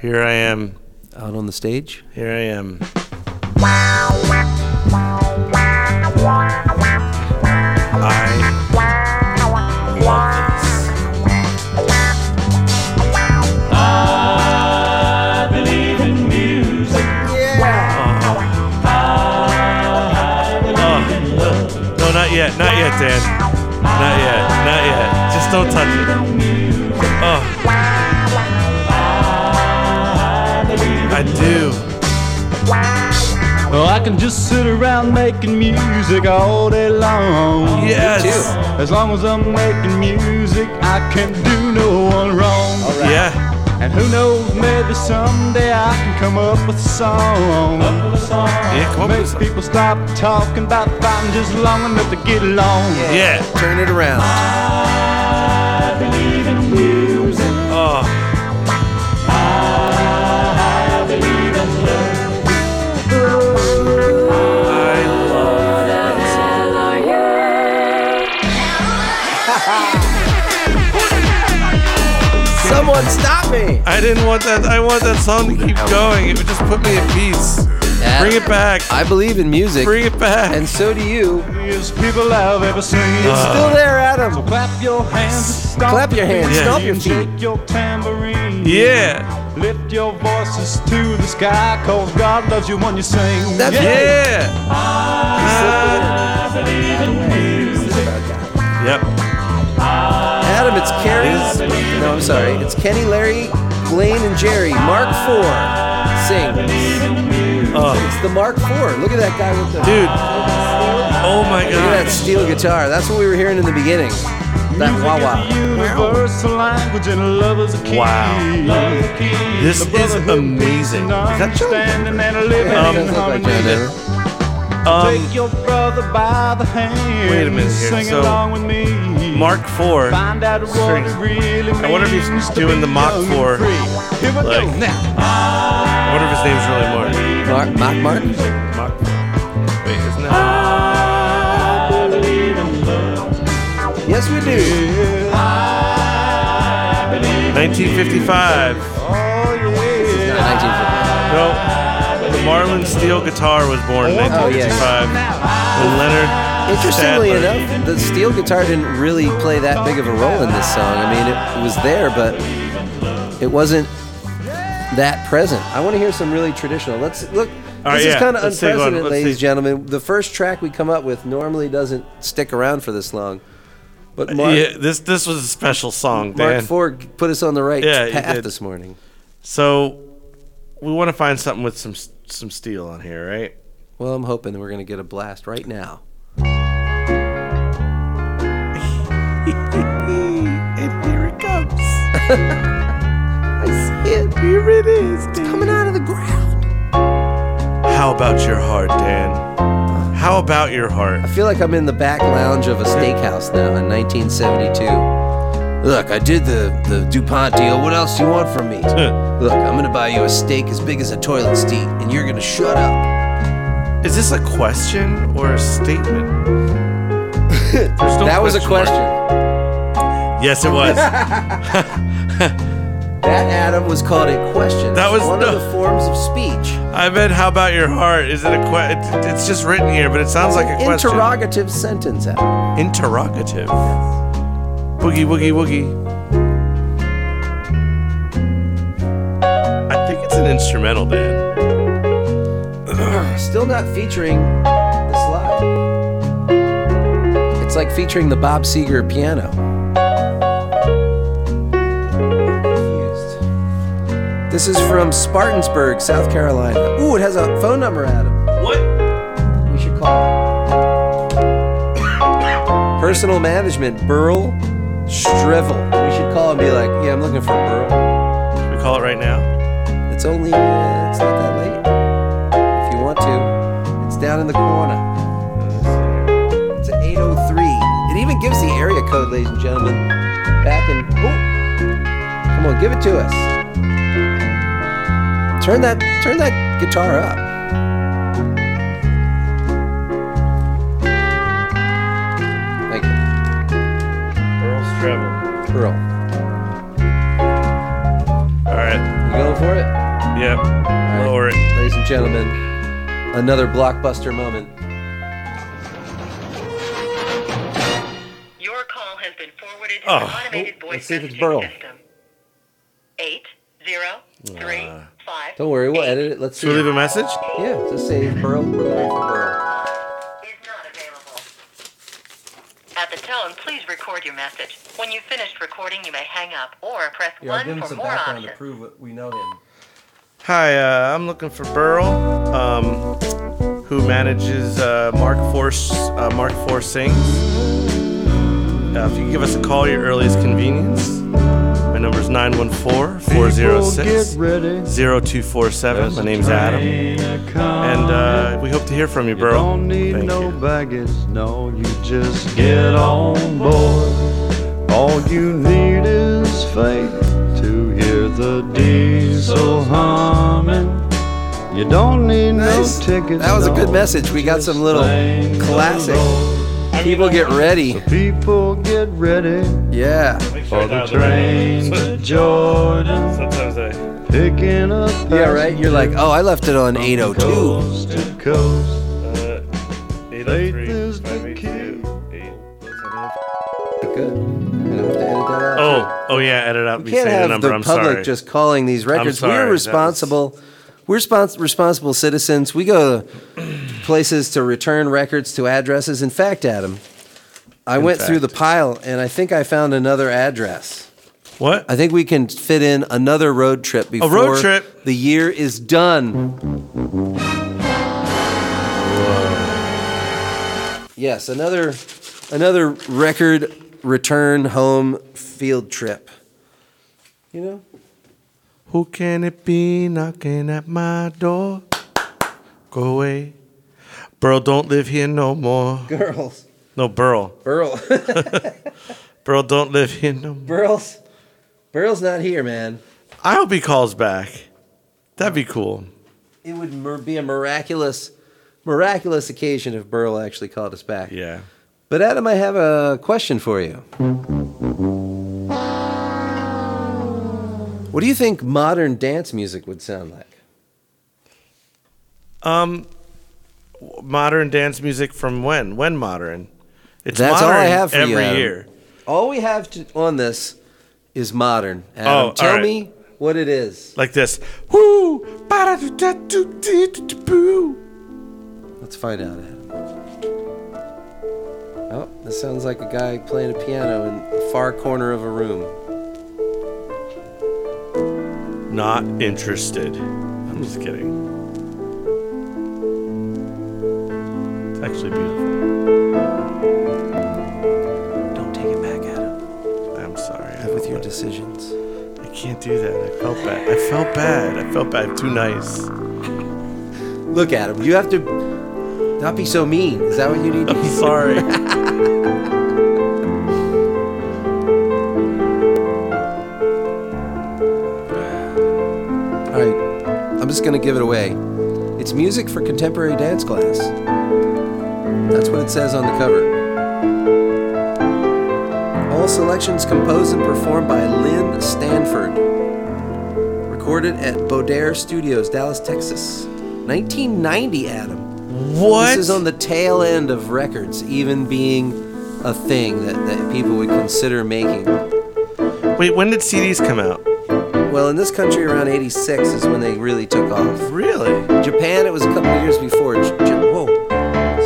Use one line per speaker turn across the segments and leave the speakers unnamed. Here I am.
out on the stage.
Here I am. I love this. No, not yet. Not yet, Dan. Not yet. Not yet. Just don't touch it. Oh. I do.
Well, I can just sit around making music all day long.
Yes.
As long as I'm making music, I can do no one wrong.
Yeah.
And who knows, maybe someday I can come up with a song.
Yeah, come on.
Makes people stop talking about fighting just long enough to get along.
Yeah.
Turn it around.
Oh. I love that song.
Someone stop me.
I didn't want that. I want that song to keep going. It would just put me at peace. Bring it back.
I believe in music,
Bring it back.
and so do you.
Yes, people I've ever seen.
Uh.
Still there, Adam.
Uh, Clap your hands, stomp
Clap your hands,
feet,
stomp
your feet.
Shake your tambourine.
Yeah.
Lift your voices to the sky, cause God loves you when you sing.
That's
yeah.
right.
Yeah. Ah. I believe in music. Yep.
Adam, it's Carrie. No, I'm sorry. It's Kenny, Larry, Blaine, and Jerry. Mark Four sings.
Oh,
It's the Mark Four. Look at that guy with the look
dude. Oh my
at that
god.
steel guitar. That's what we were hearing in the beginning. That
Music
wah
is a
wah.
universal language and love is a key.
Wow.
Love is a key.
This
The
is
brotherhood,
amazing.
peace, and
Is that John?
understanding and living
Um,
in
Doesn't look
harmony.
like John Denver.
Um,
Take your brother by the hand.
Wait a minute here.
Sing
So,
along with me.
Mark Four.
Find out what
Strings.
it really means
I wonder if he's
to
doing
be
the Mach
young and
4,
free. Here we
like-
go now.
I wonder if his name's really Mark.
Mark, Mark, Mark.
Mark. Wait, isn't that?
Yes, we do.
1955.
Oh yeah.
1950.
No. The Marlon Steel guitar was born in
Oh, yeah.
1955. When Leonard.
Interestingly
Sadler.
enough, the steel guitar didn't really play that big of a role in this song. I mean, it, it was there, but it wasn't that present. I want to hear some really traditional. Let's look.
All right,
this
yeah,
is kind of
let's take one.
unprecedented,
Let's
ladies and
see.
gentlemen. The first track we come up with normally doesn't stick around for this long, but Mark,
Uh, Yeah, this this was a special song,
Mark
Dan.
Ford put us on the right
Yeah, he
path
did.
this morning.
So we want to find something with some some steel on here, right?
Well, I'm hoping that we're going to get a blast right now.
and here it comes.
I see it. Here it is. It's coming out of the ground.
How about your heart, Dan? How about your heart?
I feel like I'm in the back lounge of a steakhouse now in 1972. Look, I did the, the DuPont deal. What else do you want from me? Look, I'm gonna buy you a steak as big as a toilet seat, and you're gonna shut up.
Is this a question or a statement? There's no
that was a question.
mark. Yes, it was.
That Adam was called a question.
That
It's
was
one
no-
of the forms of speech.
I meant, how about your heart? Is it a question? It's just written here, but it sounds like a question.
Interrogative sentence, Adam.
Interrogative. Boogie, woogie, woogie. I think it's an instrumental, Dan.
Still not featuring the slide. It's like featuring the Bob Seger piano. Confused. This is from Spartansburg, South Carolina. Ooh, it has a phone number, Adam.
What?
We should call it. Personal management, Burl Strevel. We should call and be like, yeah, I'm looking for Burl.
We call it right now.
It's only, uh, it's not that late. If you want to, it's down in the corner. It's at 803. It even gives the area code, ladies and gentlemen. Back in, ooh. Come on, give it to us. Turn that, turn that guitar up. Thank you.
Earl's Treble.
Pearl.
All right.
You going for for it?
Yep.
right.
Lower it.
Ladies and gentlemen, another blockbuster moment.
Your call has been forwarded to
Oh.
an automated
Oh,
voice
let's see if it's
messaging
Burl.
system. Eight zero three
Ah.
five.
Don't worry, we'll edit it. Let's see.
Should we leave a message?
Yeah, just save Burl. We're looking for Burl.
Is not available. At the tone, please record your message. When you've finished recording, you may hang up or press one for more options.
prove that we know him.
Hi, uh, I'm looking for Burl, um, who manages uh, Mark Force uh, Mark Force Sings. Uh, if you can give us a call, your earliest convenience. My number is 914-406.
People Get ready.
0247. My name's Adam, and uh, we hope to hear from you,
you
Burl.
don't need
Thank
no
you.
baggage, no, you just get on board. All you need is faith to hear the diesel humming. You don't need
Nice.
no tickets.
That was a good
no,
message. We got
just
some little
thank the
classic.
Lord.
People get ready.
People get ready
Yeah.
for the train to Jordan,
Sometimes I.
picking up.
Yeah, right? You're like, oh, I left it on 802.
Coast to coast.
Uh,
Faith is the key.
Good. I'm going to have to edit that out.
Oh, oh yeah, edit out
We
me
can't
saying the
have
number.
the
I'm
public
sorry.
just calling these records.
sorry, that
We're
was-
responsible. We're spons- responsible citizens. We go to places to return records to addresses. In fact, Adam, I went through the
fact.
pile and I think I found another address.
what?
I think we can fit in another road trip before
road trip?
the year is done. Yes, another another record return home field trip. You know?
Who can it be knocking at my door? Go away. Burl don't live here no more.
Girls.
No, Burl.
Burl.
Burl don't live here no more.
Burl's Burl's not here, man.
I hope he calls back. That'd be cool.
It would mir- be a miraculous miraculous occasion if Burl actually called us back.
Yeah.
But Adam, I have a question for you. What do you think modern dance music would sound like?
Um, modern dance music from when? When modern? It's
That's all
modern
I have for you,
every
Adam.
year.
All we have to, on this is modern. Adam,
Oh, all
tell
right.
me what it is.
Like this. Woo! Ba-da-da-da-do-dee-do-do-boo.
Let's find out, Adam. Oh, this sounds like a guy playing a piano in the far corner of a room.
Not interested. I'm just kidding. It's actually beautiful.
Don't take it back, Adam.
I'm sorry. I
With your
felt
decisions.
bad. I can't do that. I felt bad. I felt bad. I felt bad. I'm too nice.
Look, Adam, you have to not be so mean. Is that what you need to
I'm
be?
sorry.
All right, I'm just gonna give it away. It's music for contemporary dance class. That's what it says on the cover. All selections composed and performed by Lynn Stanford. Recorded at Bodair Studios, Dallas, Texas. 1990, Adam.
what?
This is on the tail end of records even being a thing that, that people would consider making.
Wait, when did CDs come out?
Well, in this country, around 86 is when they really took off.
Really?
Japan, it was a couple of years before. J- J- whoa.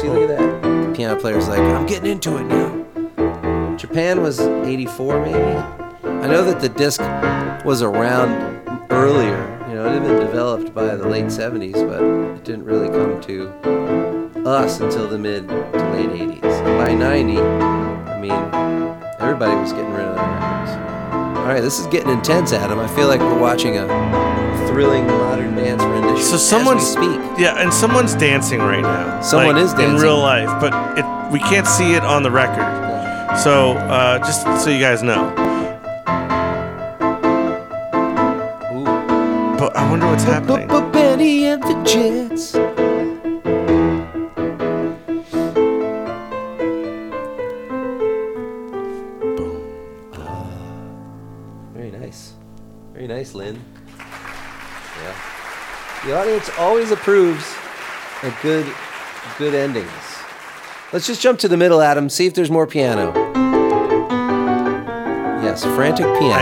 See, look at that. The piano player's like, I'm getting into it now. Japan was 84, maybe? I know that the disc was around earlier. You know, it had been developed by the late 70s, but it didn't really come to us until the mid to late 80s. And by 90, I mean, everybody was getting rid of their records. All right, this is getting intense, Adam. I feel like we're watching a thrilling modern dance rendition.
So
as we
someone's
speak.
Yeah, and someone's dancing right now.
Someone
Like,
is
in
dancing.
real life, but it we can't see it on the record. So uh, just so you guys know.
Ooh.
But I wonder what's happening.
Benny and the Jets. Very nice. Very nice, Lynn. The audience always approves of good, good endings. Let's just jump to the middle, Adam. See if there's more piano. Yes, frantic piano.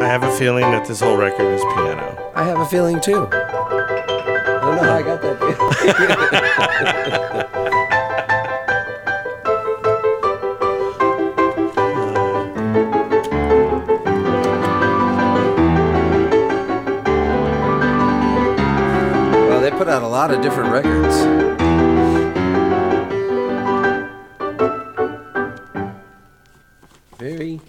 I, I have a feeling that this whole record is piano.
I have a feeling too. I don't know how I got that feeling. well, they put out a lot of different records. Very,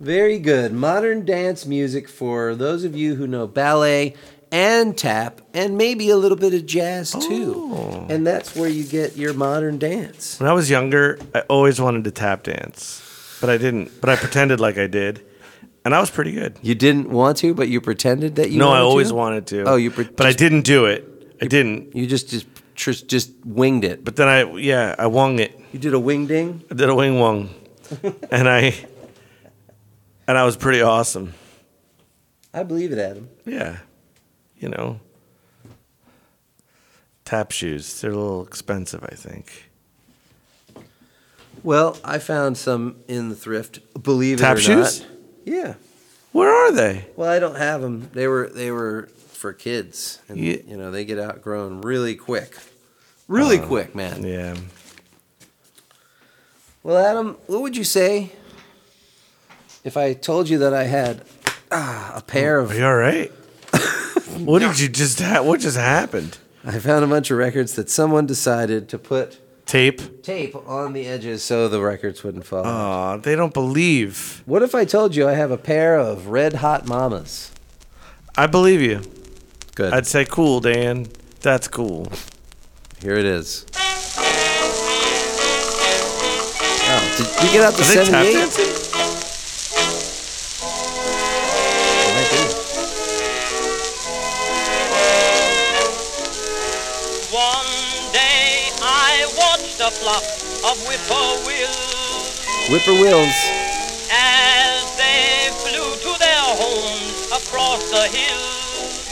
very good. Modern dance music for those of you who know ballet and tap and maybe a little bit of jazz too.
Oh.
And that's where you get your modern dance.
When I was younger, I always wanted to tap dance, but I didn't. But I pretended like I did, and I was pretty good.
You didn't want to, but you pretended that you
no,
wanted
I always
to?
wanted to.
Oh, you pre-
but I didn't do it. I didn't.
You just just just, just winged it.
But then I, yeah, I wung it.
You did a wing ding.
I did a wing wong, and I, and I was pretty awesome.
I believe it, Adam.
Yeah, you know. Tap shoes. They're a little expensive, I think.
Well, I found some in the thrift. Believe
Tap
it or
shoes?
not. Yeah.
Where are they?
Well, I don't have them. They were they were for kids, and
Ye-
you know they get outgrown really quick, really quick, man.
Uh-huh. Yeah.
Well, Adam, what would you say if I told you that I had ah, a pair of?
Are you all right? what did you just? Ha- what just happened?
I found a bunch of records that someone decided to put
Tape.
tape on the edges so the records wouldn't
Uh.
fall. out.
Aw, they don't believe.
What if I told you I have a pair of red hot mamas?
I believe you.
Good.
I'd say cool, Dan. That's cool.
Here it is. Oh, did you get out the
Are they tap
78?
dancing?
Might be.
One day I watched a flock of whippoorwills
Whippoorwills.
as they flew to their homes across the hills.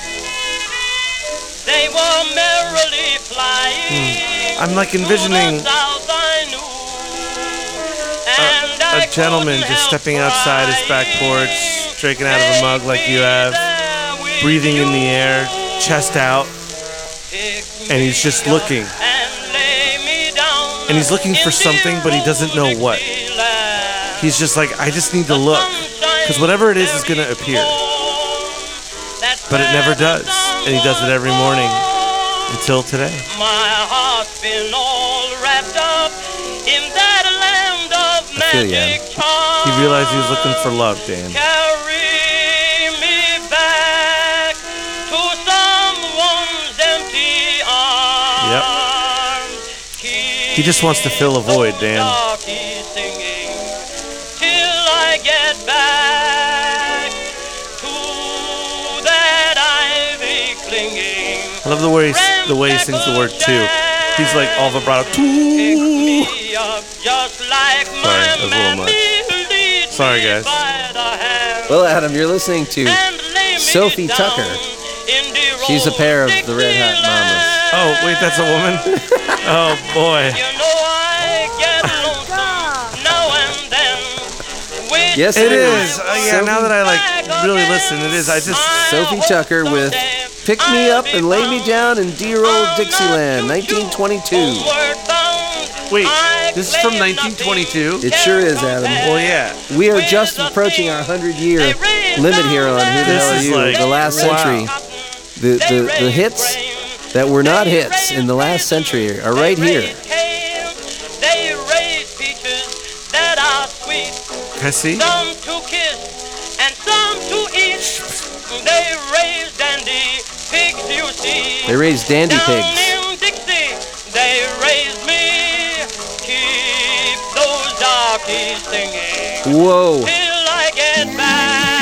They were merrily flying.
Hmm. I'm like envisioning
to the south I knew, and I
a gentleman
couldn't
just
help
stepping outside his back porch,
crying.
drinking out of a mug like you
Take me
have,
there with
breathing in the air,
you.
chest out,
and
and he's just looking. And he's looking for something, but he doesn't know what. He's just like, I just need to look. Because whatever it is is going to appear.
But
But it never does. And he does it every morning until today.
My heart's been all wrapped up in that land of
I feel ya.
magic charm.
He realized he was looking for love, Dan.
Carry me back to someone's empty arms. Yep.
He just wants to fill a void, Dan.
Singing, till I get back to that ivy clinging.
I love the way he, s- the way he sings the word too. He's like all vibrato.
Pick
Too.
me up just like Sorry,
that was a
my
little much.
mammy.
Sorry, guys.
Well, Adam, you're listening to. Sophie
Sophie
Tucker.
Tucker. She's a pair of the Red Hot Mamas.
Oh wait, that's a woman. Oh boy.
Yes, Oh,
It is. Uh, yeah.
Sophie-
Now that I like really listen, it is. I just
Sophie Tucker with Pick Me Up and Lay Me Down in Dear Old Dixieland, 1922.
wait. This is from 1922.
It sure is, Adam.
Well, yeah.
We are just approaching our 100 year limit here on Who the
This
Hell Are
is
You?
like-
the last
wow.
century. The, the, the hits that were not hits in the last century are right here.
They raise peaches that are sweet.
Can I see?
some to kiss and some to eat. They raise dandy pigs, you see.
They raised dandy
Down
pigs.
in Dixie, they raise me. Keep those darkies singing
Whoa.
till I get back.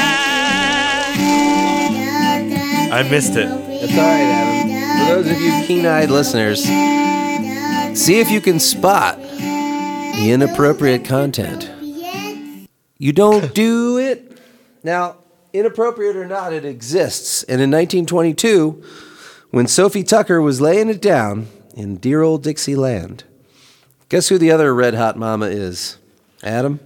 I missed it.
That's all right, Adam. For those of you keen eyed listeners, see if you can spot the inappropriate content. You don't do it. Now, Inappropriate or not, it exists. And in 1922, when Sophie Tucker was laying it down in dear old Dixieland, guess who the other red hot mama is? Adam?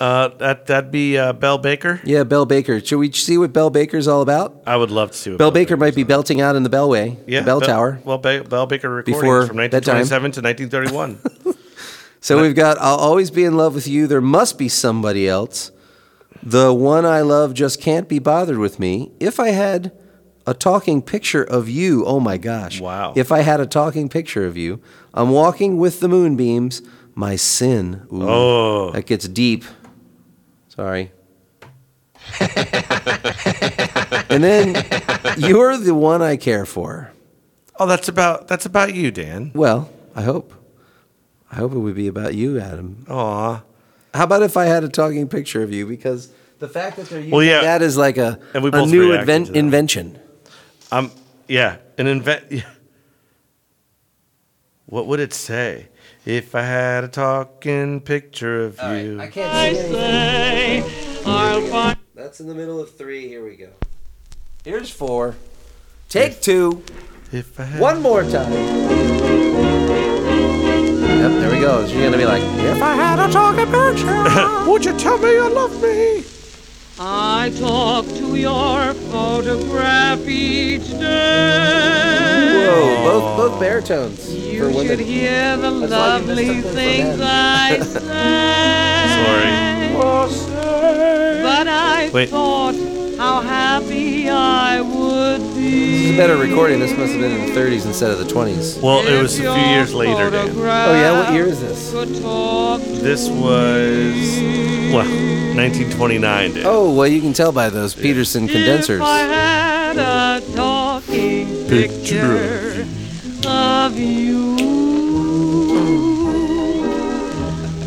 Uh, that that'd be uh, Bell Baker.
Yeah, Bell Baker. Should we see what Bell Baker's all about?
I would love to see. What
Bell Baker might be belting out in the Bellway, the Bell Tower.
Well, Bell, Bell Baker recordings
Before
from
bedtime.
1927 to 1931.
So we've got I'll Always Be in Love with You, There Must Be Somebody Else, The One I Love Just Can't Be Bothered with Me. If I had a talking picture of you, oh my gosh.
Wow.
If I had a talking picture of you, I'm walking with the moonbeams, my sin. Ooh,
Oh.
That gets deep. Sorry. and then you're the one I care for.
oh, that's about that's about you, Dan.
Well, I hope. I hope it would be about you, Adam.
Aw.
How about if I had a talking picture of you? Because the fact that they're using
Well, yeah.
that is like a,
And we
a
both
new
reacted
inven-
to that.
invention.
Um. Yeah. An invent. What would it say if I had a talking picture of you?
can't see anything.
I'll find
That's in the middle of three. Here we go. Here's four. Take two.
If I had
One more time. Yep, there we go. She's gonna be like, if I had a talking picture, would you tell me you love me?
I talk to your photograph each day.
Whoa, both both baritones for
You should
women.
hear the
That's why you missed
lovely
something for
things
men.
I say. But I
Wait.
thought how happy I would
This
be.
is a better recording. This must have been in the 30s instead of the 20s.
Well, it was a
if
few
your
years later, Dan.
Oh yeah, what year is this?
photograph could talk
This was well, 1929, Dan.
Oh well, you can tell by those Peterson condensers.
If I had a talking picture of you,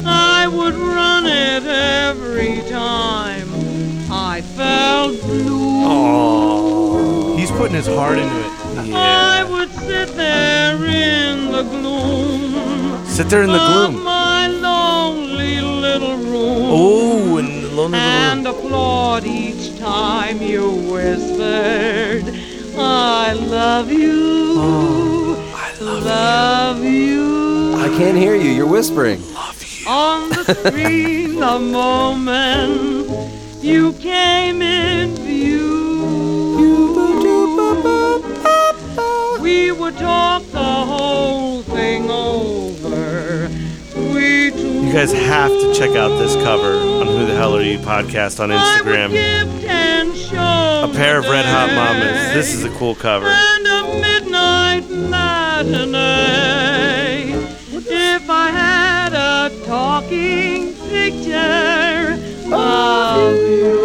I would run it every time I felt blue.
Oh. Aw. He's putting his heart into it.
I would sit there in the gloom
Sit there in the
of
gloom.
my lonely little room.
Oh, and the lonely little
and applaud each time you whispered, I love you.
Oh,
I love, you.
I can't hear you. You're whispering.
On the screen, the moment you came in view. We would talk the whole thing over. We
You guys have to check out this cover on Who the Hell Are You podcast on Instagram. A
A
pair of red hot mamas. This is a cool cover.
And a midnight matinee. If I had a talking picture of you.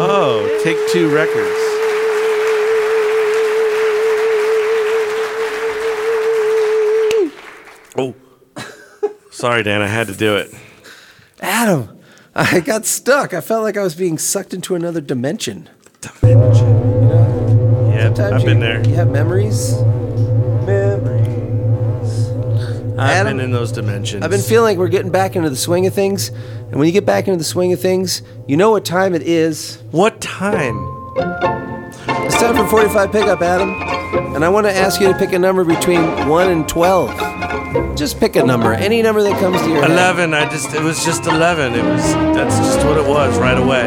Oh, Take Two Records. Oh, sorry, Dan. I had to do it.
Adam, I got stuck. I felt like I was being sucked into another dimension.
Yeah, I've
Sometimes
been
you-
there.
You have memories.
I've
Adam-
been in those dimensions.
I've been feeling like we're getting back into the swing of things, and when you get back into the swing of things, you know what time it is.
What time?
It's time for 45 pickup, Adam, and I want to ask you to pick a number between one and 12. Just pick a number, any number that comes to your head.
Eleven. I just. It was just eleven. It was. That's just what it was right away.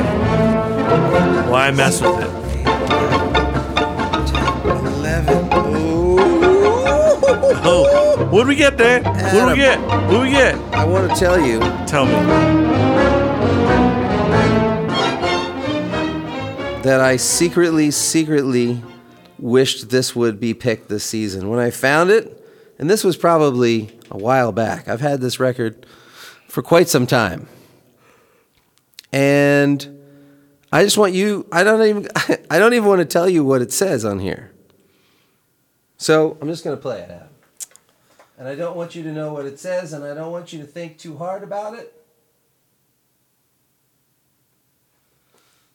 Why mess with it?
11. Ooh.
Oh, what'd we get, Dan?
Uh,
What'd we get? What'd we get?
I want to tell you.
Tell me.
that I secretly, secretly wished this would be picked this season. When I found it, and this was probably a while back, I've had this record for quite some time. And I just want you, I don't even, I don't even want to tell you what it says on here. So I'm just going to play it out. And I don't want you to know what it says, and I don't want you to think too hard about it.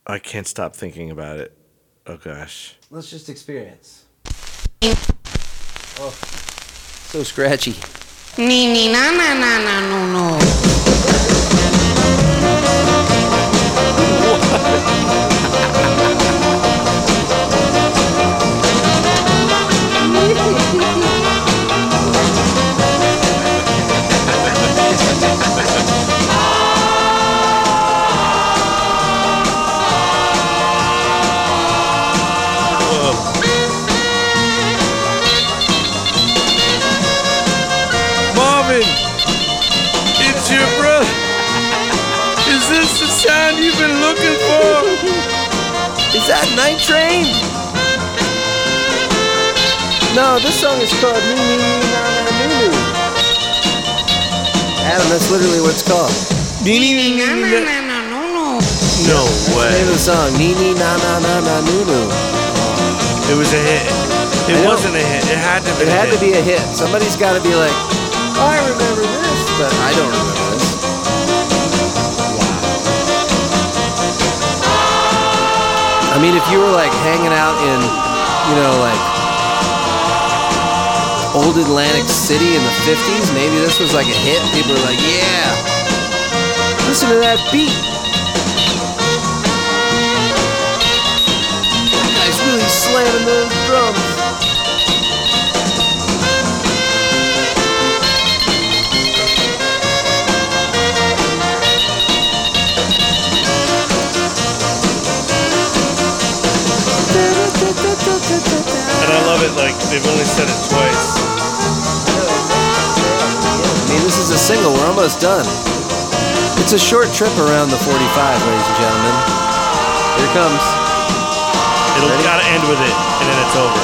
I can't stop thinking about it. Oh gosh.
Let's just experience. Oh, so scratchy.
Ni ni na na na na no no.
Is that Night Train? No, this song is called Me Me Me Na Na Me Me. Adam, that's literally what it's called.
No
Name of
way.
the song, Ni Ni Na Na Na Na Nu Nu.
It was a hit.
I
It
know.
wasn't a hit. It had to be.
It
a
had
hit.
to be a hit. Somebody's got to be like, "Oh, I remember this, but I don't remember this. I mean, if you were like hanging out in, you know, like old Atlantic City in the 50s, maybe this was like a hit. People were like, yeah, listen to that beat. That guy's really slamming those drums.
And I love it. Like they've only said it twice.
I mean, this is a single. We're almost done. It's a short trip around the 45, ladies and gentlemen. Here it comes.
It'll
Ready?
gotta end with it, and then it's over.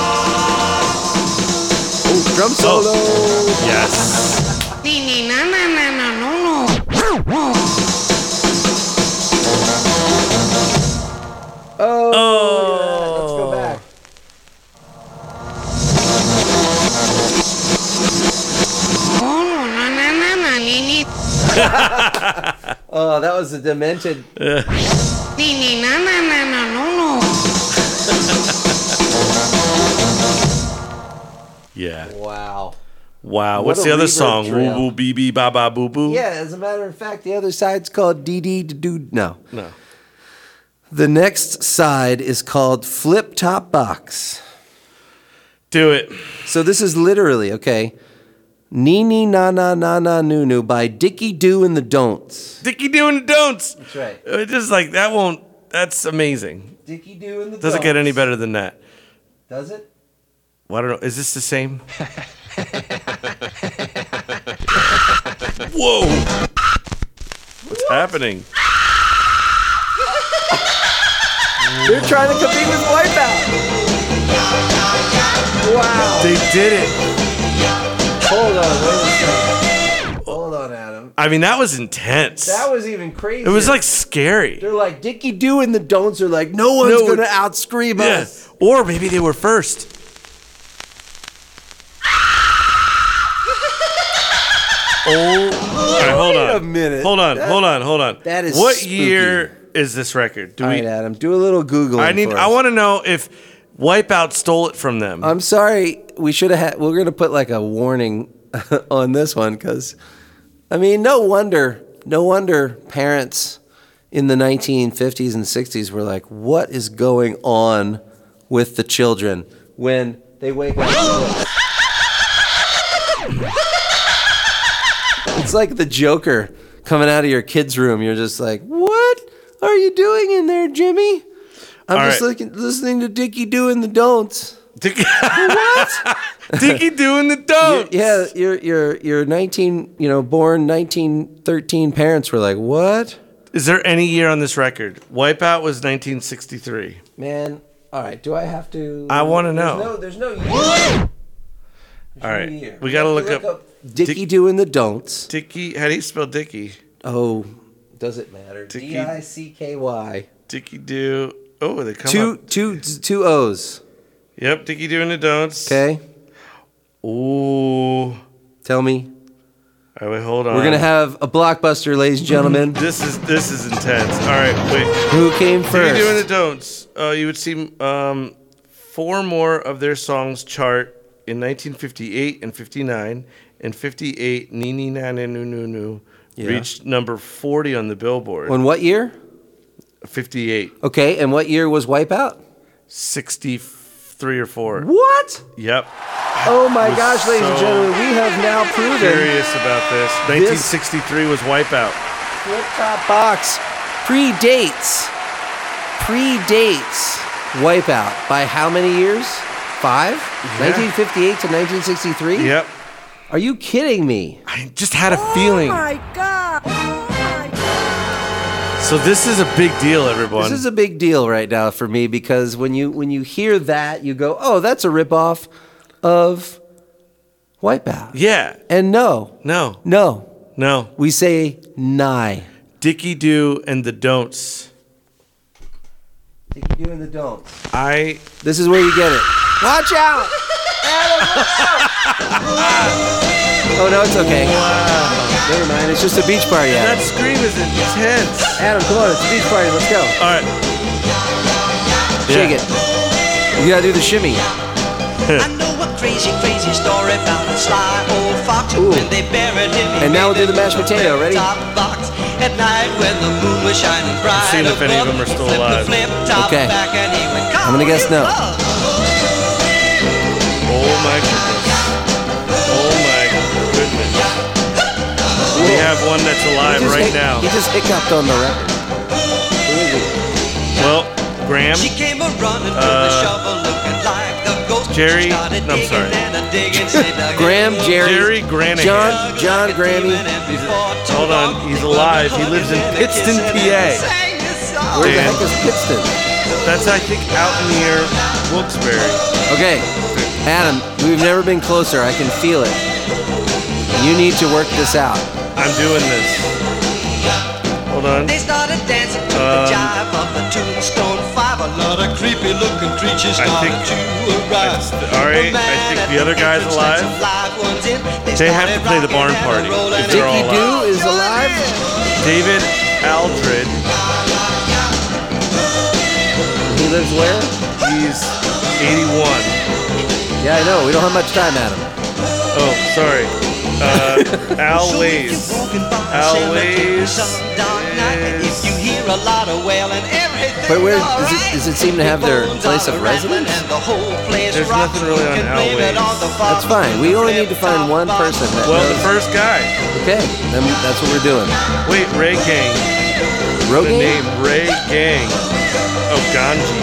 Oh, drum
Oh.
solo.
Yes.
Oh,
Oh.
go back. Oh, that was a demented.
Yeah.
Wow.
Wow.
What
What's
a
the other
reverb
song?
trail.
Woo woo bee bee ba ba boo boo.
Yeah, as a matter of fact, the other side's called DD Doo. No.
No.
The next side is called Flip Top Box.
Do it.
So this is literally okay. Ni ni na na na na nu nu by Dickie Doo and the Don'ts.
Dicky doing the don'ts. That's
right.
It's just like that won't. That's amazing.
Dickie Doo and the
Doesn't get any better than that.
Does it?
Well, I don't know. Is this the same? Whoa! What's happening?
They're trying to compete with Wipeout. Wow.
They did it.
Hold on. Wait a second. Hold on, Adam.
I mean, that was intense.
That was even crazy.
it was like scary.
they're like Dickie Doo and the Don'ts are like no one's
No one-
gonna outscream
Yeah.
us.
Or maybe they were first. oh. All right, hold
Wait
on.
a minute.
Hold on. hold on. Hold on.
that is
what
spooky.
year is this record? Do
All
we?
right, Adam, do a little Google.
I need. I want to know if Wipeout stole it from them.
I'm sorry. We should have. Had, we're gonna put like a warning on this one because, I mean, no wonder, no wonder parents in the 1950s and 60s were like, "What is going on with the children when they wake up?" to this?" it's like the Joker coming out of your kid's room. You're just like, "What are you doing in there, Jimmy?" I'm
All
just
right.
looking, listening to Dickie doing the don'ts.
Dicky,
What?
Dicky doing the don't.
yeah, your your your 19, you know, born 1913 parents were like, "What?
Is there any year on this record? Wipeout was 1963.
Man, all right, do I have to
I wanna
There's
know.
No, there's no year.
All right,
year.
we gotta look, up,
Dickie
Dick-
doing the don'ts.
Dicky. How do you spell Dicky?
Oh, does it matter?
Dickie-
D I C K Y.
Dicky do. Oh, they come
Two
up.
two two O's,
Yep, Dicky doing the don'ts.
okay?
Ooh. All
Tell me.
right, wait, hold on.
We're going to have a blockbuster, ladies and gentlemen.
This is this is intense. All right, wait.
Who came
Dicky doing the
first?
don'ts. Uh, you would see um, four more of their songs chart in 1958 and 59. In 58, Nini Nana Nu Nu Nu
Yeah.
reached number 40 on the Billboard.
On what year?
58,
Okay, and what year was Wipeout?
63 or 4.
What?
Yep.
Oh my
was
gosh, ladies and
so
gentlemen, we have now proven
Curious about this. 1963 was Wipeout.
Flip Top Box predates predates Wipeout by how many years? Five? 1958 to 1963?
Yep.
Are you kidding me? Oh
I just had a feeling.
my god! Oh my god!
So So this is a big deal, everyone.
This is a big deal right now for me because when you when you hear that, you go, "Oh, that's a ripoff of Wipeout."
yeah.
And no,
No.
no,
No.
we say nigh.
Dickie Do and the Don'ts.
You can do and the don't.
I
This is where you get it. Watch out! Adam, watch out! oh no, it's okay. Never mind. It's just a beach party.
that
Adam,
scream is intense.
Adam come on, it's a beach party. Let's go.
All right.
Shake
Yeah.
it. You gotta do the shimmy.
I know a crazy, crazy story about a sly old fox
Ooh.
when they buried him. he
And now we'll do
made
the mashed
little
potato. Ready?
Top box at night when the moon was shining bright.
Seeing if any of them are still alive.
above, flipped the flip top
Okay.
back and he went,
I'm gonna guess no.
Oh my goodness. Oh my goodness. We have one that's alive
He just
right
hic-
now.
He just hiccuped on the record. Who is it?
Well, Graham,
She came a running with a
Uh,
shovel looking like a ghost. She
Jerry-
started
no, I'm
digging
sorry.
and a digging, she dug
Graham,
in a
Jerry,
Jerry Granigan.
John, John
Like a
Grammy.
demon, and before too
Hold on,
long,
he's
they were
alive. He lives in
hugging and
Pittston,
kissing and
PA.
sang his song.
Where the
Dan.
heck is Pittston?
that's I think out near Wilkes-Barre.
Okay, Adam, we've never been closer. I can feel it. You need to work this out.
I'm doing this. Hold on.
They started dancing to the
Um,
jive of the tombstone five. A lot of creepy looking creatures
I
started
think-
to arrive.
it's the- all right,
A man
I think
at
the other guy's
entrance let
alive.
some live ones in. They,
They have to
started
play the barn
rocking
party
and rolling
if
and
they're all
Dickie
alive.
Doo is alive.
David Aldred.
He lives where?
He's 81.
Yeah, I know. We don't have much time, Adam.
Oh, sorry. Uh, Al
So if
Ways.
you're walking by a
Al
cemetery
Ways
some dark night, and if you hear a lot of wailing, everything's
But where-
all
does it-
right.
does it seem to
The
have their
bones
place
are
of
rattling
residence?
and the whole place
There's
rocks.
nothing really
You
on
can
Al
blame it
Ways.
on the
That's fine. We only need to find one
Flip-flop
person that
Well, the
knows.
first guy.
okay, then that's what we're doing.
Wait, Ray Gang. The name
Rogan
Ray Gang. Oh, Ganji.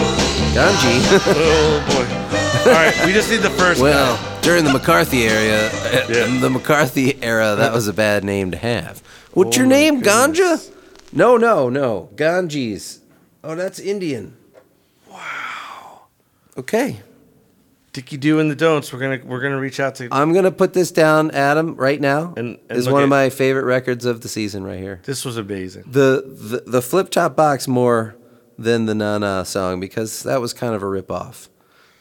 Ganji.
Oh boy. All right, we just need the first
well,
guy.
during the McCarthy area,
Yeah.
in the McCarthy era, that was a bad name to have. What's
Oh
your
my
name,
goodness.
Ganja? No, no, no, Ganges. Oh, that's Indian. Wow. Okay.
Dickie Do and the Don'ts. We're gonna we're gonna reach out to.
I'm gonna put this down, Adam, right now.
And-
And,
and
is
look
one of
at-
my favorite records of the season right here.
This was amazing.
The the, the flip top box more than the Na Na song because that was kind of a rip off.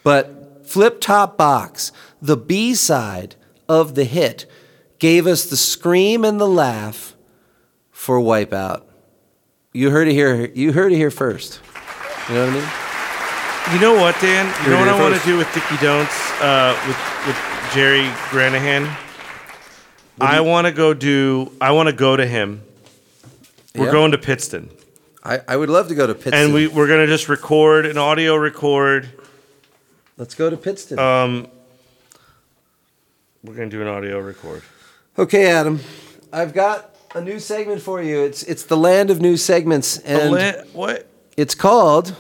But flip top box, the B side of the hit, gave us the scream and the laugh for Wipeout. You heard it here. You heard it here first. You know what I mean?
You know what, Dan? You
You're
know what
gonna
I want to
first.
do with Dickie Don'ts uh, with with Jerry Granahan. I want to go do. I want to go to him. We're
Yeah.
going to Pittston,
I, I would love to go to Pittston.
and we we're gonna just record an audio record.
let's go to Pittston.
Um, we're gonna do an audio record.
Okay, Adam. I've got a new segment for you. It's it's the land of new segments, and
Ela- what?
it's called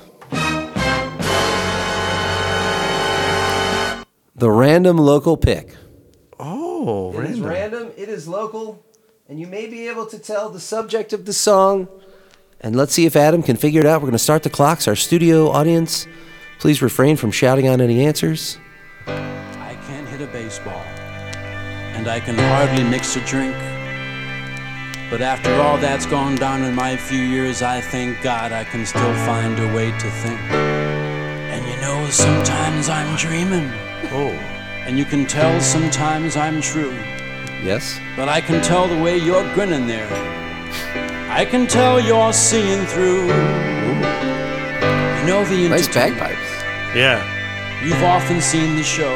the random local pick.
Oh,
It is
random.
random. It is local, and you may be able to tell the subject of the song. And let's see if Adam can figure it out. We're going to start the clocks. Our studio audience, please refrain from shouting out any answers.
I can't hit a baseball, and I can hardly mix a drink. But after all that's gone down in my few years, I thank God I can still find a way to think. And you know, sometimes I'm dreaming. Oh. And you can tell sometimes I'm true.
Yes.
But I can tell the way you're grinning there. I can tell you're seeing through. You know the
Nice
entertainment-
bagpipes.
Yeah.
You've often seen the show.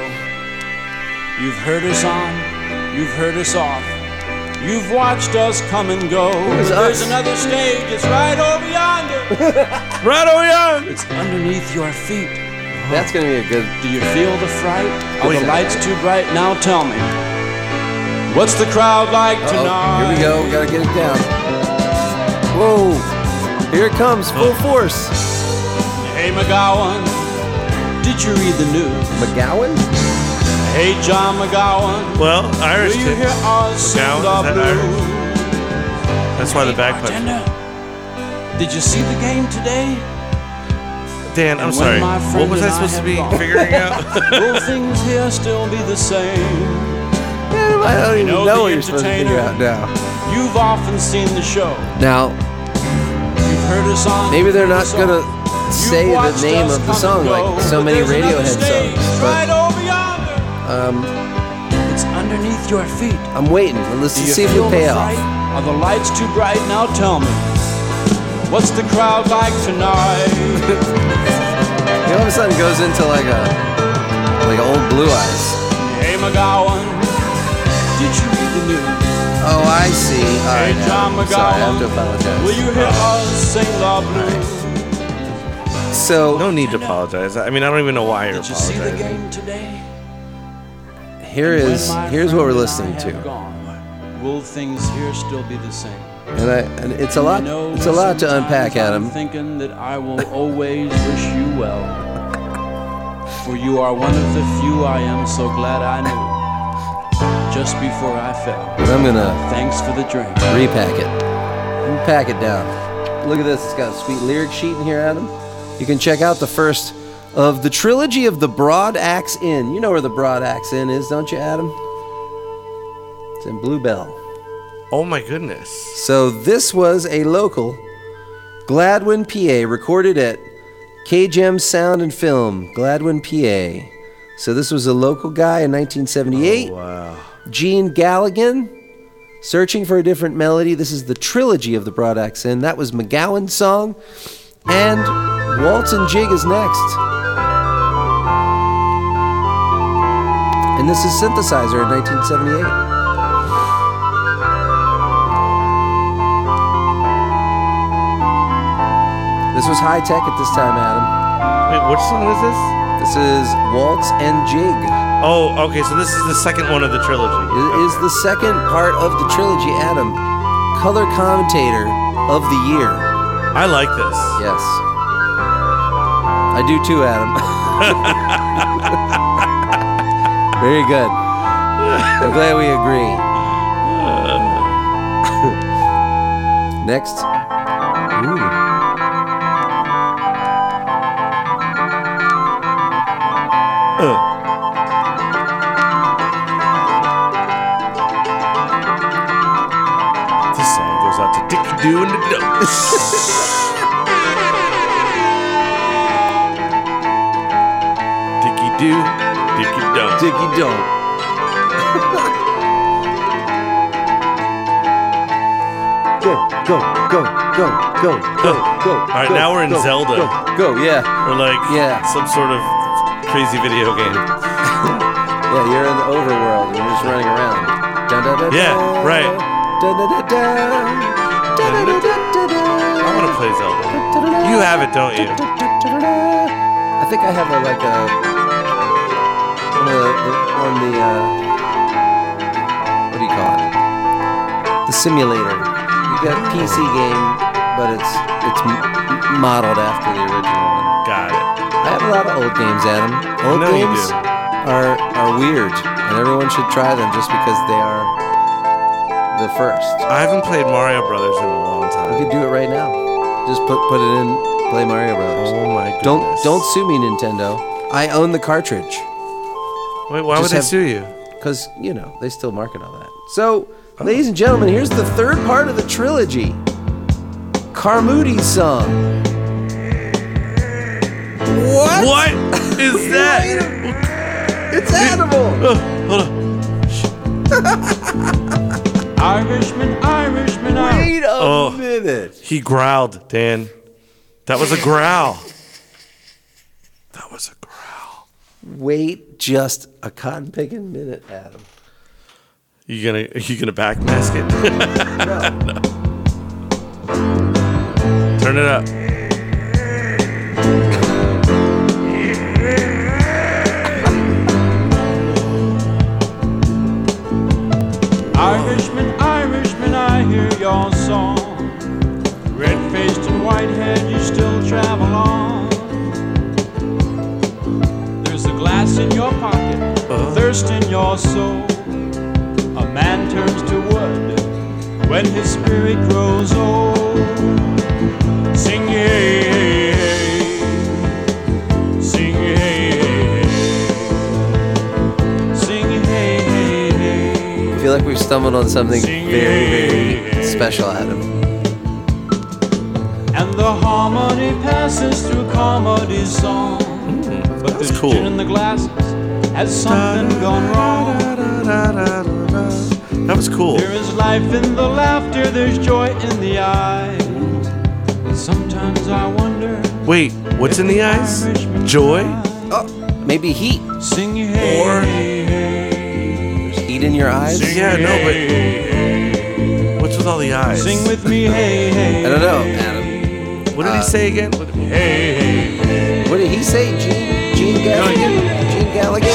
You've heard us on, you've heard us off. You've watched us come and go.
is
But There's
us?
another stage, it's right over yonder.
Right over here.
it's underneath your feet.
That's going to be a good.
Do you feel the fright? Are
Wait
the
a minute.
lights too bright? Now tell me. What's the crowd like
Oh,
tonight?
here we go. Gotta get it down. Whoa! Here it comes, full force.
Hey McGowan, did you read the news?
McGowan?
Hey John McGowan,
Well,
will
Irish.
you
too.
hear us sing
McGowan, is
the
that Irish?
blues?
That's why the
Hey,
bagpipes.
bartender, Did you see the game today?
Dan, I'm
And when
sorry.
my
What
friend
was I
and I
supposed to
had
be
gone.
figuring out?
Will things here still be the same?
I don't even
know
know,
the
what you're supposed to figure out
entertainer.
now.
You've often seen the show.
Now,
You've heard us on.
maybe they're not
television.
gonna
You've
say the
watched
name
us
of the
come
song
and
like
go,
so
but
many
there's another
Radiohead
stage
songs,
Right
but
over yonder.
um,
It's underneath your feet.
I'm waiting. Let's
Do you
see if
feel
you'll pay
the
off.
fright? Are the lights too bright? Now tell me. What's the crowd like tonight?
He all of a sudden goes into like a like old blue eyes.
hey McGowan, did you read the news?
Oh, I see. All
Hey
right,
John
now. Sorry, I have to
McGowan,
apologize. Oh.
Will you hear us sing La Blues?
So
No need to apologize. I mean, I don't even know why you're
Did you see the
apologizing.
game today?
here
When
is
my
here's
friend
what we're
and I
listening
have
to,
gone, Will things here still be the same?
and I and it's a
You
lot
know,
it's a lot to
sometimes
unpack,
I'm
Adam.
Thinking that I will always wish you well, for you are one of the few I am so glad I knew. Just before I fell,
But I'm gonna
thanks for the drink.
repack it, pack it down. Look at this. It's got a sweet lyric sheet in here, Adam. You can check out the first of the trilogy of the Broad Axe Inn. You know where the Broad Axe Inn is, don't you, Adam? It's in Bluebell.
Oh my goodness.
So this was a local Gladwin, PA, recorded at KGEM Sound and Film, Gladwin, PA. So this was a local guy in 1978.
Wow.
Gene Galligan, Searching for a Different Melody. This is the trilogy of the Broad Axe Inn. That was McGowan's song. And Waltz and Jig is next. And this is Synthesizer in 1978. This was high tech at this time, Adam.
Wait, which song is this?
This is Waltz and Jig.
Oh, okay. So this is the second one of the trilogy.
It is the second part of the trilogy, Adam. Color commentator of the year.
I like this.
Yes. I do too, Adam. Very good. I'm glad we agree. Next. Ooh.
This song goes out to Dickie Doo and the Ducks. Dickie Doo, Dickie Duck.
Dicky don't. Go, go, go, go, go, go, go. All
right, now we're in Zelda.
Go, go, yeah.
Or like
Yeah.
some sort of crazy video game.
Yeah, you're in the overworld and you're just running around. Dun, dun, dun,
Yeah,
dun.
right.
Dun, dun, dun, dun. Dun, dun, dun, dun,
I
dun,
want to play Zelda.
dun.
You have it, don't you?
Dun, dun, dun, dun, dun. I think I have a, like a one of the, the- on the uh, what do you call it? The simulator. You got a PC game, but it's it's m- modeled after the original one.
Got it.
I have a lot of old games, Adam. Old
know you
games
do.
are are weird, and everyone should try them just because they are the first.
I haven't played Mario Brothers in a long
We
time.
could do it right now. Just put put it in, play Mario Brothers.
Oh my goodness.
don't don't sue me, Nintendo. I own the cartridge
Wait, why would
just
they
have-
sue you?
because you know they still market all that. So,
Oh.
ladies and gentlemen, here's the third part of the trilogy. Carmoody's song. What?
What is that?
It's animal.
Ugh, hold on.
Irishman, Irishman, Irishman.
Wait a
Oh.
minute.
He growled, Dan. That was a growl. That was a growl.
Wait just a cotton picking minute, Adam.
You gonna you gonna backmask it? Turn it up.
Irishman, Irishman, I hear your song. Red faced and white haired, you still travel on. There's a glass in your pocket, a thirst in your soul. A man turns to wood when his spirit grows old.
stumbled on something very, very special, Adam.
And the harmony passes through comedy song. But
that's
the
cool.
gin in the glasses has something gone wrong.
That was cool.
There is life in the laughter, there's joy in the eyes. And sometimes I wonder,
Wait, what's in the eyes? Joy?
Oh. Maybe heat.
sing hey,
Or-
hey, hey.
Heat in your eyes?
Yeah, no, but what's with all the eyes?
Sing with me, hey,
I
hey.
don't know, Adam.
What did he say again?
What did he say? Gene, Gene Gallagher? Gene Gallagher?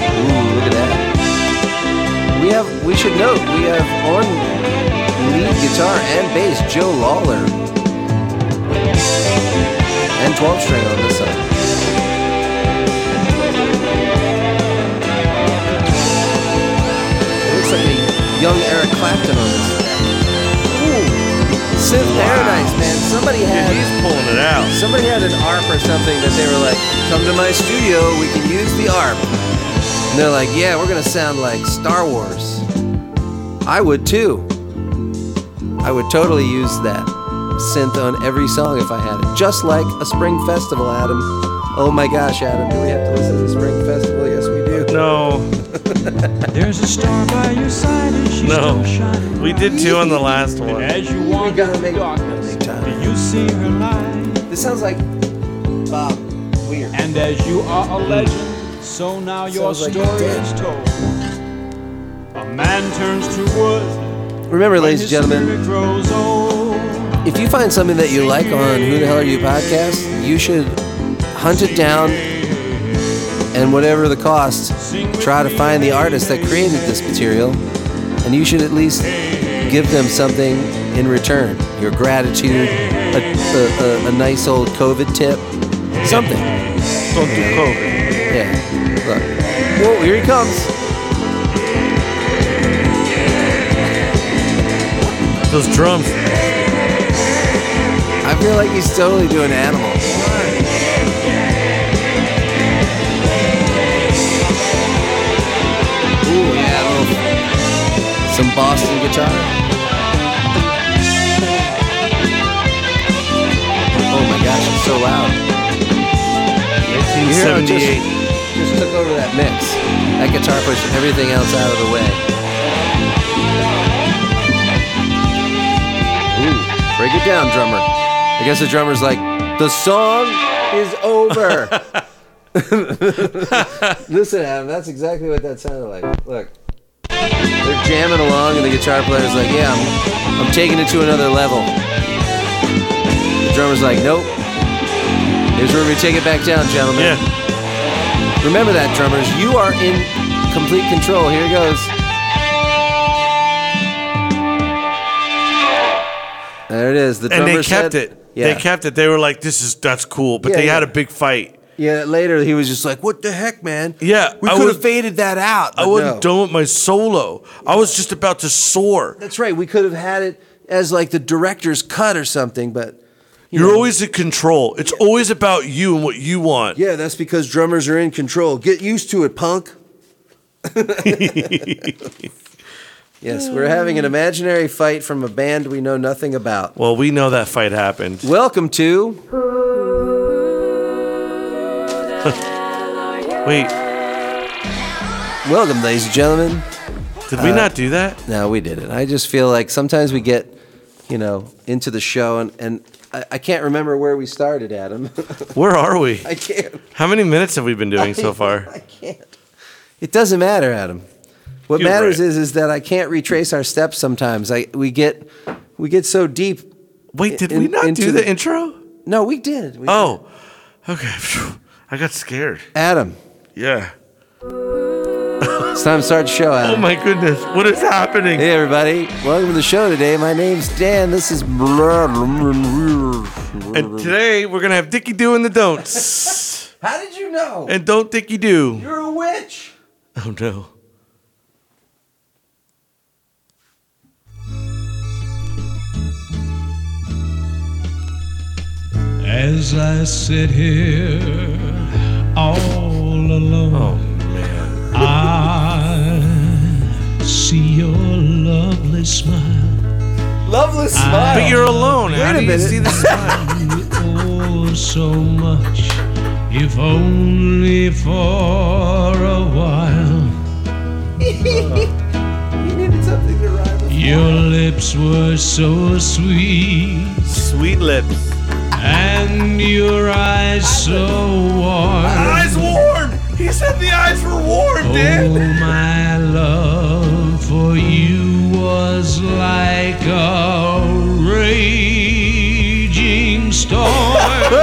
Ooh, look at that. We have, we should note, we have on lead guitar and bass Joe Lawler. And 12 string on this side. It looks like a young Eric Clapton on this. Ooh, Synth Paradise, man. Somebody
Dude,
had.
he's pulling it out.
Somebody had an ARP or something that they were like, come to my studio, we can use the ARP. And they're like, yeah, we're gonna sound like Star Wars. I would too. I would totally use that synth on every song if I had it. Just like a spring festival, Adam. Oh my gosh, Adam, do we have to listen to the spring festival? Yes, we do.
No,
There's a star by your side, and she's
No.
still shining.
we did two on the last one.
As you wander
gotta
in
make-
darkness,
make time.
you see her light.
This sounds like Bob Weir.
And as you are a legend, so now your
Sounds like
story
dead.
is told. A man turns to wood,
Remember, ladies and gentlemen,
grows old.
If you find something that you like on Who the Hell Are You podcast, you should hunt it down and whatever the cost, try to find the artist that created this material. And you should at least give them something in return your gratitude, a, a, a, a nice old COVID tip, something.
Don't do COVID.
Yeah. Look. Whoa, here he comes.
Those drums.
I feel like he's totally doing animals. Ooh, yeah, a little, some Boston guitar. Oh my gosh, it's so loud. You hear how it just-
1978.
Just took over that mix. That guitar pushed everything else out of the way. Ooh, break it down, drummer. I guess the drummer's like, the song is over. Listen, Adam, that's exactly what that sounded like. Look. They're jamming along, and the guitar player's like, yeah, I'm, I'm taking it to another level. The drummer's like, nope. Here's where we take it back down, gentlemen.
Yeah.
Remember that, drummers. You are in complete control. Here goes. There it is. The
And
drummer
they kept
said-
it.
Yeah.
They kept it. They were like, "This is that's cool," but
Yeah,
they had
yeah.
a big fight.
Yeah. Later, he was just like, "What the heck, man?
Yeah,
we
I
could have
was-
faded that out."
I
but
wasn't
no.
done with my solo. I was just about to soar.
That's right. We could have had it as like the director's cut or something, but
You're always in control. It's always about you and what you want.
yeah, that's because drummers are in control. Get used to it, punk. yes, we're having an imaginary fight from a band we know nothing about.
Well, we know that fight happened.
Welcome to
Wait,
Welcome, ladies and gentlemen.
did
Uh,
we not do that?
No, we did it. I just feel like sometimes we get, you know, into the show and, and I, I can't remember where we started, Adam.
Where are we?
I can't.
How many minutes have we been doing so far?
I can't. It doesn't matter, Adam. What
You're
matters
right.
is is that I can't retrace our steps sometimes. I we get we get so deep.
Wait, did
In-
we not
into
do the
the-
intro?
No, we did. We
Oh, okay. Phew. I got scared.
did. Adam.
Yeah.
It's time to start the show,
Oh
Adam.
my goodness, what is happening?
Hey everybody, welcome to the show today. My name's Dan. This is
And today we're gonna have Dicky do and the don'ts,
How did you know?
and don't Dicky do.
You're a witch.
Oh no.
As I sit here all alone,
Oh man.
I see
loveless smile.
But you're alone. How do
Wait a
you
minute.
see the smile?
oh so much, if only for a while.
You needed something to rhyme with.
Your lips were so sweet,
Sweet lips.
and your eyes so warm.
Eyes warm. He said the eyes were warm,
Oh,
dude.
my love for you was like a raging storm.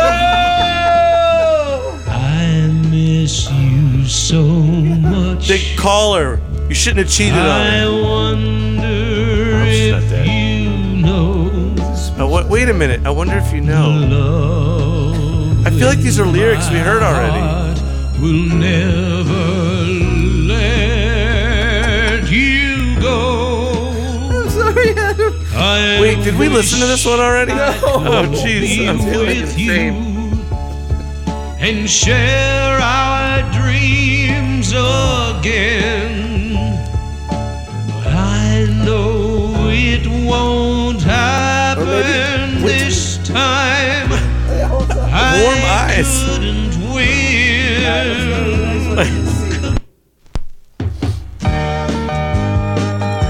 I miss you so much.
The caller. You shouldn't have cheated on
I
her.
wonder
Oops, not
if
that.
you know
I wa- wait a minute. I wonder if you know.
love.
I feel like these are
in
lyrics we heard
my
already.
heart Will never let you go.
I'm sorry, Adam.
I
Wait, did we listen to this
wish
one already?
No.
Oh, jeez. I'm
be
feeling
with you
insane.
and share our dreams again. But I know it won't happen
Uh,
this time.
Warm
I
eyes.
couldn't win.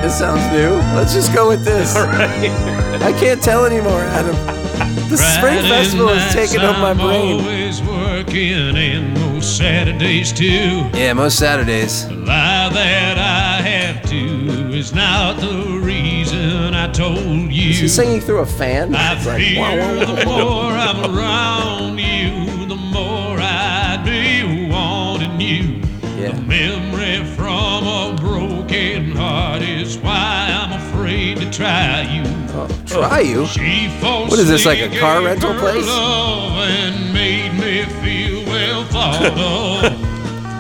This sounds new. Let's just go with this.
All right.
I can't tell anymore, Adam. The Spring
Friday
Festival is
nights
taking over my
I'm
brain.
Always working and most Saturdays too.
Yeah, most Saturdays.
The lie that I have to is not the reason I told
Is he
you.
singing through a fan?
I
It's like,
fear
wow, wow,
the
wow.
more I'm around you, the more I be wanting you. The
Yeah.
memory from a broken heart is why I'm afraid to try you.
Oh, try you.
She
What is this, like a car
falsely
rental
gave
place? Oh
her love and made me feel well thought of.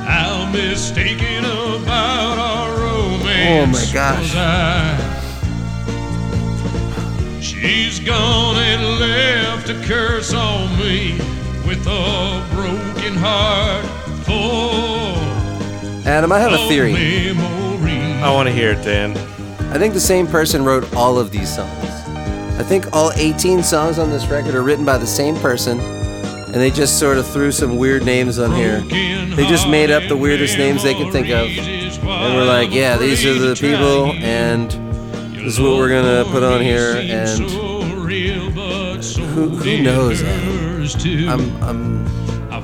I'm mistaken about our romance.
Oh my gosh.
was I. She's gone and left a curse on me with a broken heart full
Adam, I have a
of
theory.
memories.
I want to hear it, Dan.
I think the same person wrote all of these songs. I think all 18 songs on this record are written by the same person, and they just sort of threw some weird names on here. They just made up the weirdest names they could think of. And we're like, yeah, these are the people, and this is what we're gonna put on here. And
who,
who knows, I'm, I'm
I'm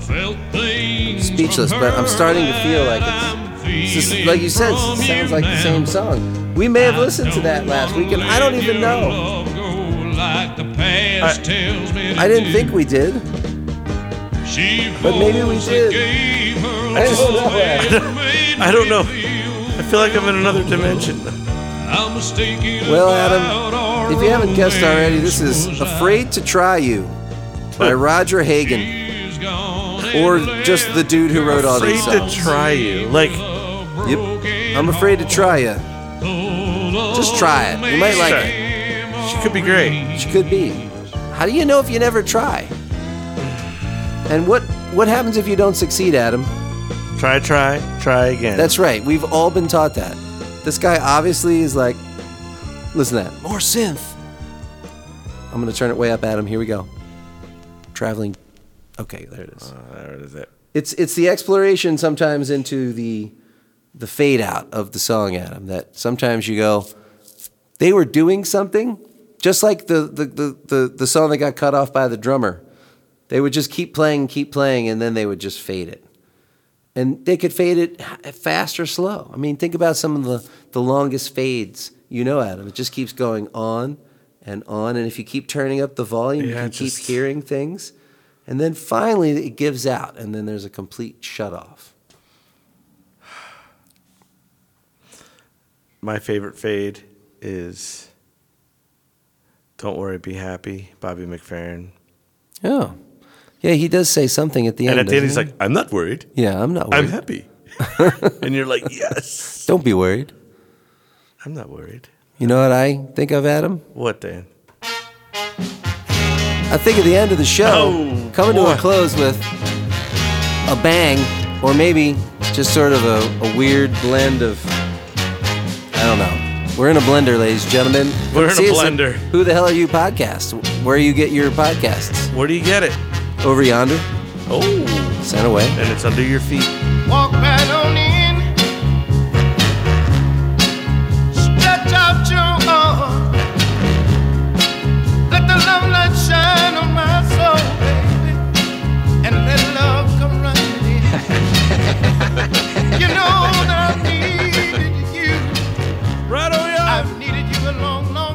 speechless, but I'm starting to feel like it's- it's just, like you said, it sounds like the same song. We may have listened to that last week, and I don't even know. I didn't think we did. but maybe we did. I don't know. Adam.
I don't know. I feel like I'm in another dimension.
Well, Adam, if you haven't guessed already, this is Afraid to Try You by Roger Hagen, or just the dude who wrote all
Afraid
these
to
songs.
try you. Like,
Yep. I'm afraid to try you. Just try it. You might like it.
she could be great.
Which could be. How do you know if you never try? And what what happens if you don't succeed, Adam?
Try, try, try again.
That's right. We've all been taught that. This guy obviously is like, listen to that. More synth. I'm gonna turn it way up, Adam. Here we go. Traveling. Okay, there it is.
Uh, There it is. It.
It's it's the exploration sometimes into the the fade out of the song, Adam. That sometimes you go, they were doing something, just like the the the the, the song that got cut off by the drummer. They would just keep playing, keep playing, and then they would just fade it. And they could fade it h- fast or slow. I mean, think about some of the, the longest fades you know, Adam. It just keeps going on and on. And if you keep turning up the volume, you
Yeah,
can
just-
keep hearing things. And then finally, it gives out, and then there's a complete shut off.
My favorite fade is Don't Worry, Be Happy, Bobby McFerrin.
Oh. Yeah, he does say something at the
And
end.
at the end, he's
doesn't
like, I'm not worried.
he? Yeah, I'm not
I'm
worried.
happy. and you're like, yes.
Don't be worried.
I'm not worried.
You know what I think of, Adam?
What, Dan?
I think at the end of the show,
Oh,
coming to a
boy.
close with a bang, or maybe just sort of a, a weird blend of, I don't know. We're in a blender, ladies and gentlemen.
We're in a
See us at
blender.
Who the hell are you podcast? Where you get your podcasts?
Where do you get it?
Over yonder,
Oh,
sent away.
and it's under your feet.
Walk right on in. Stretch out your arm. Let the love light shine on my soul, baby. And let love come running in. you know that I've needed you.
Right on
I've needed you a long, long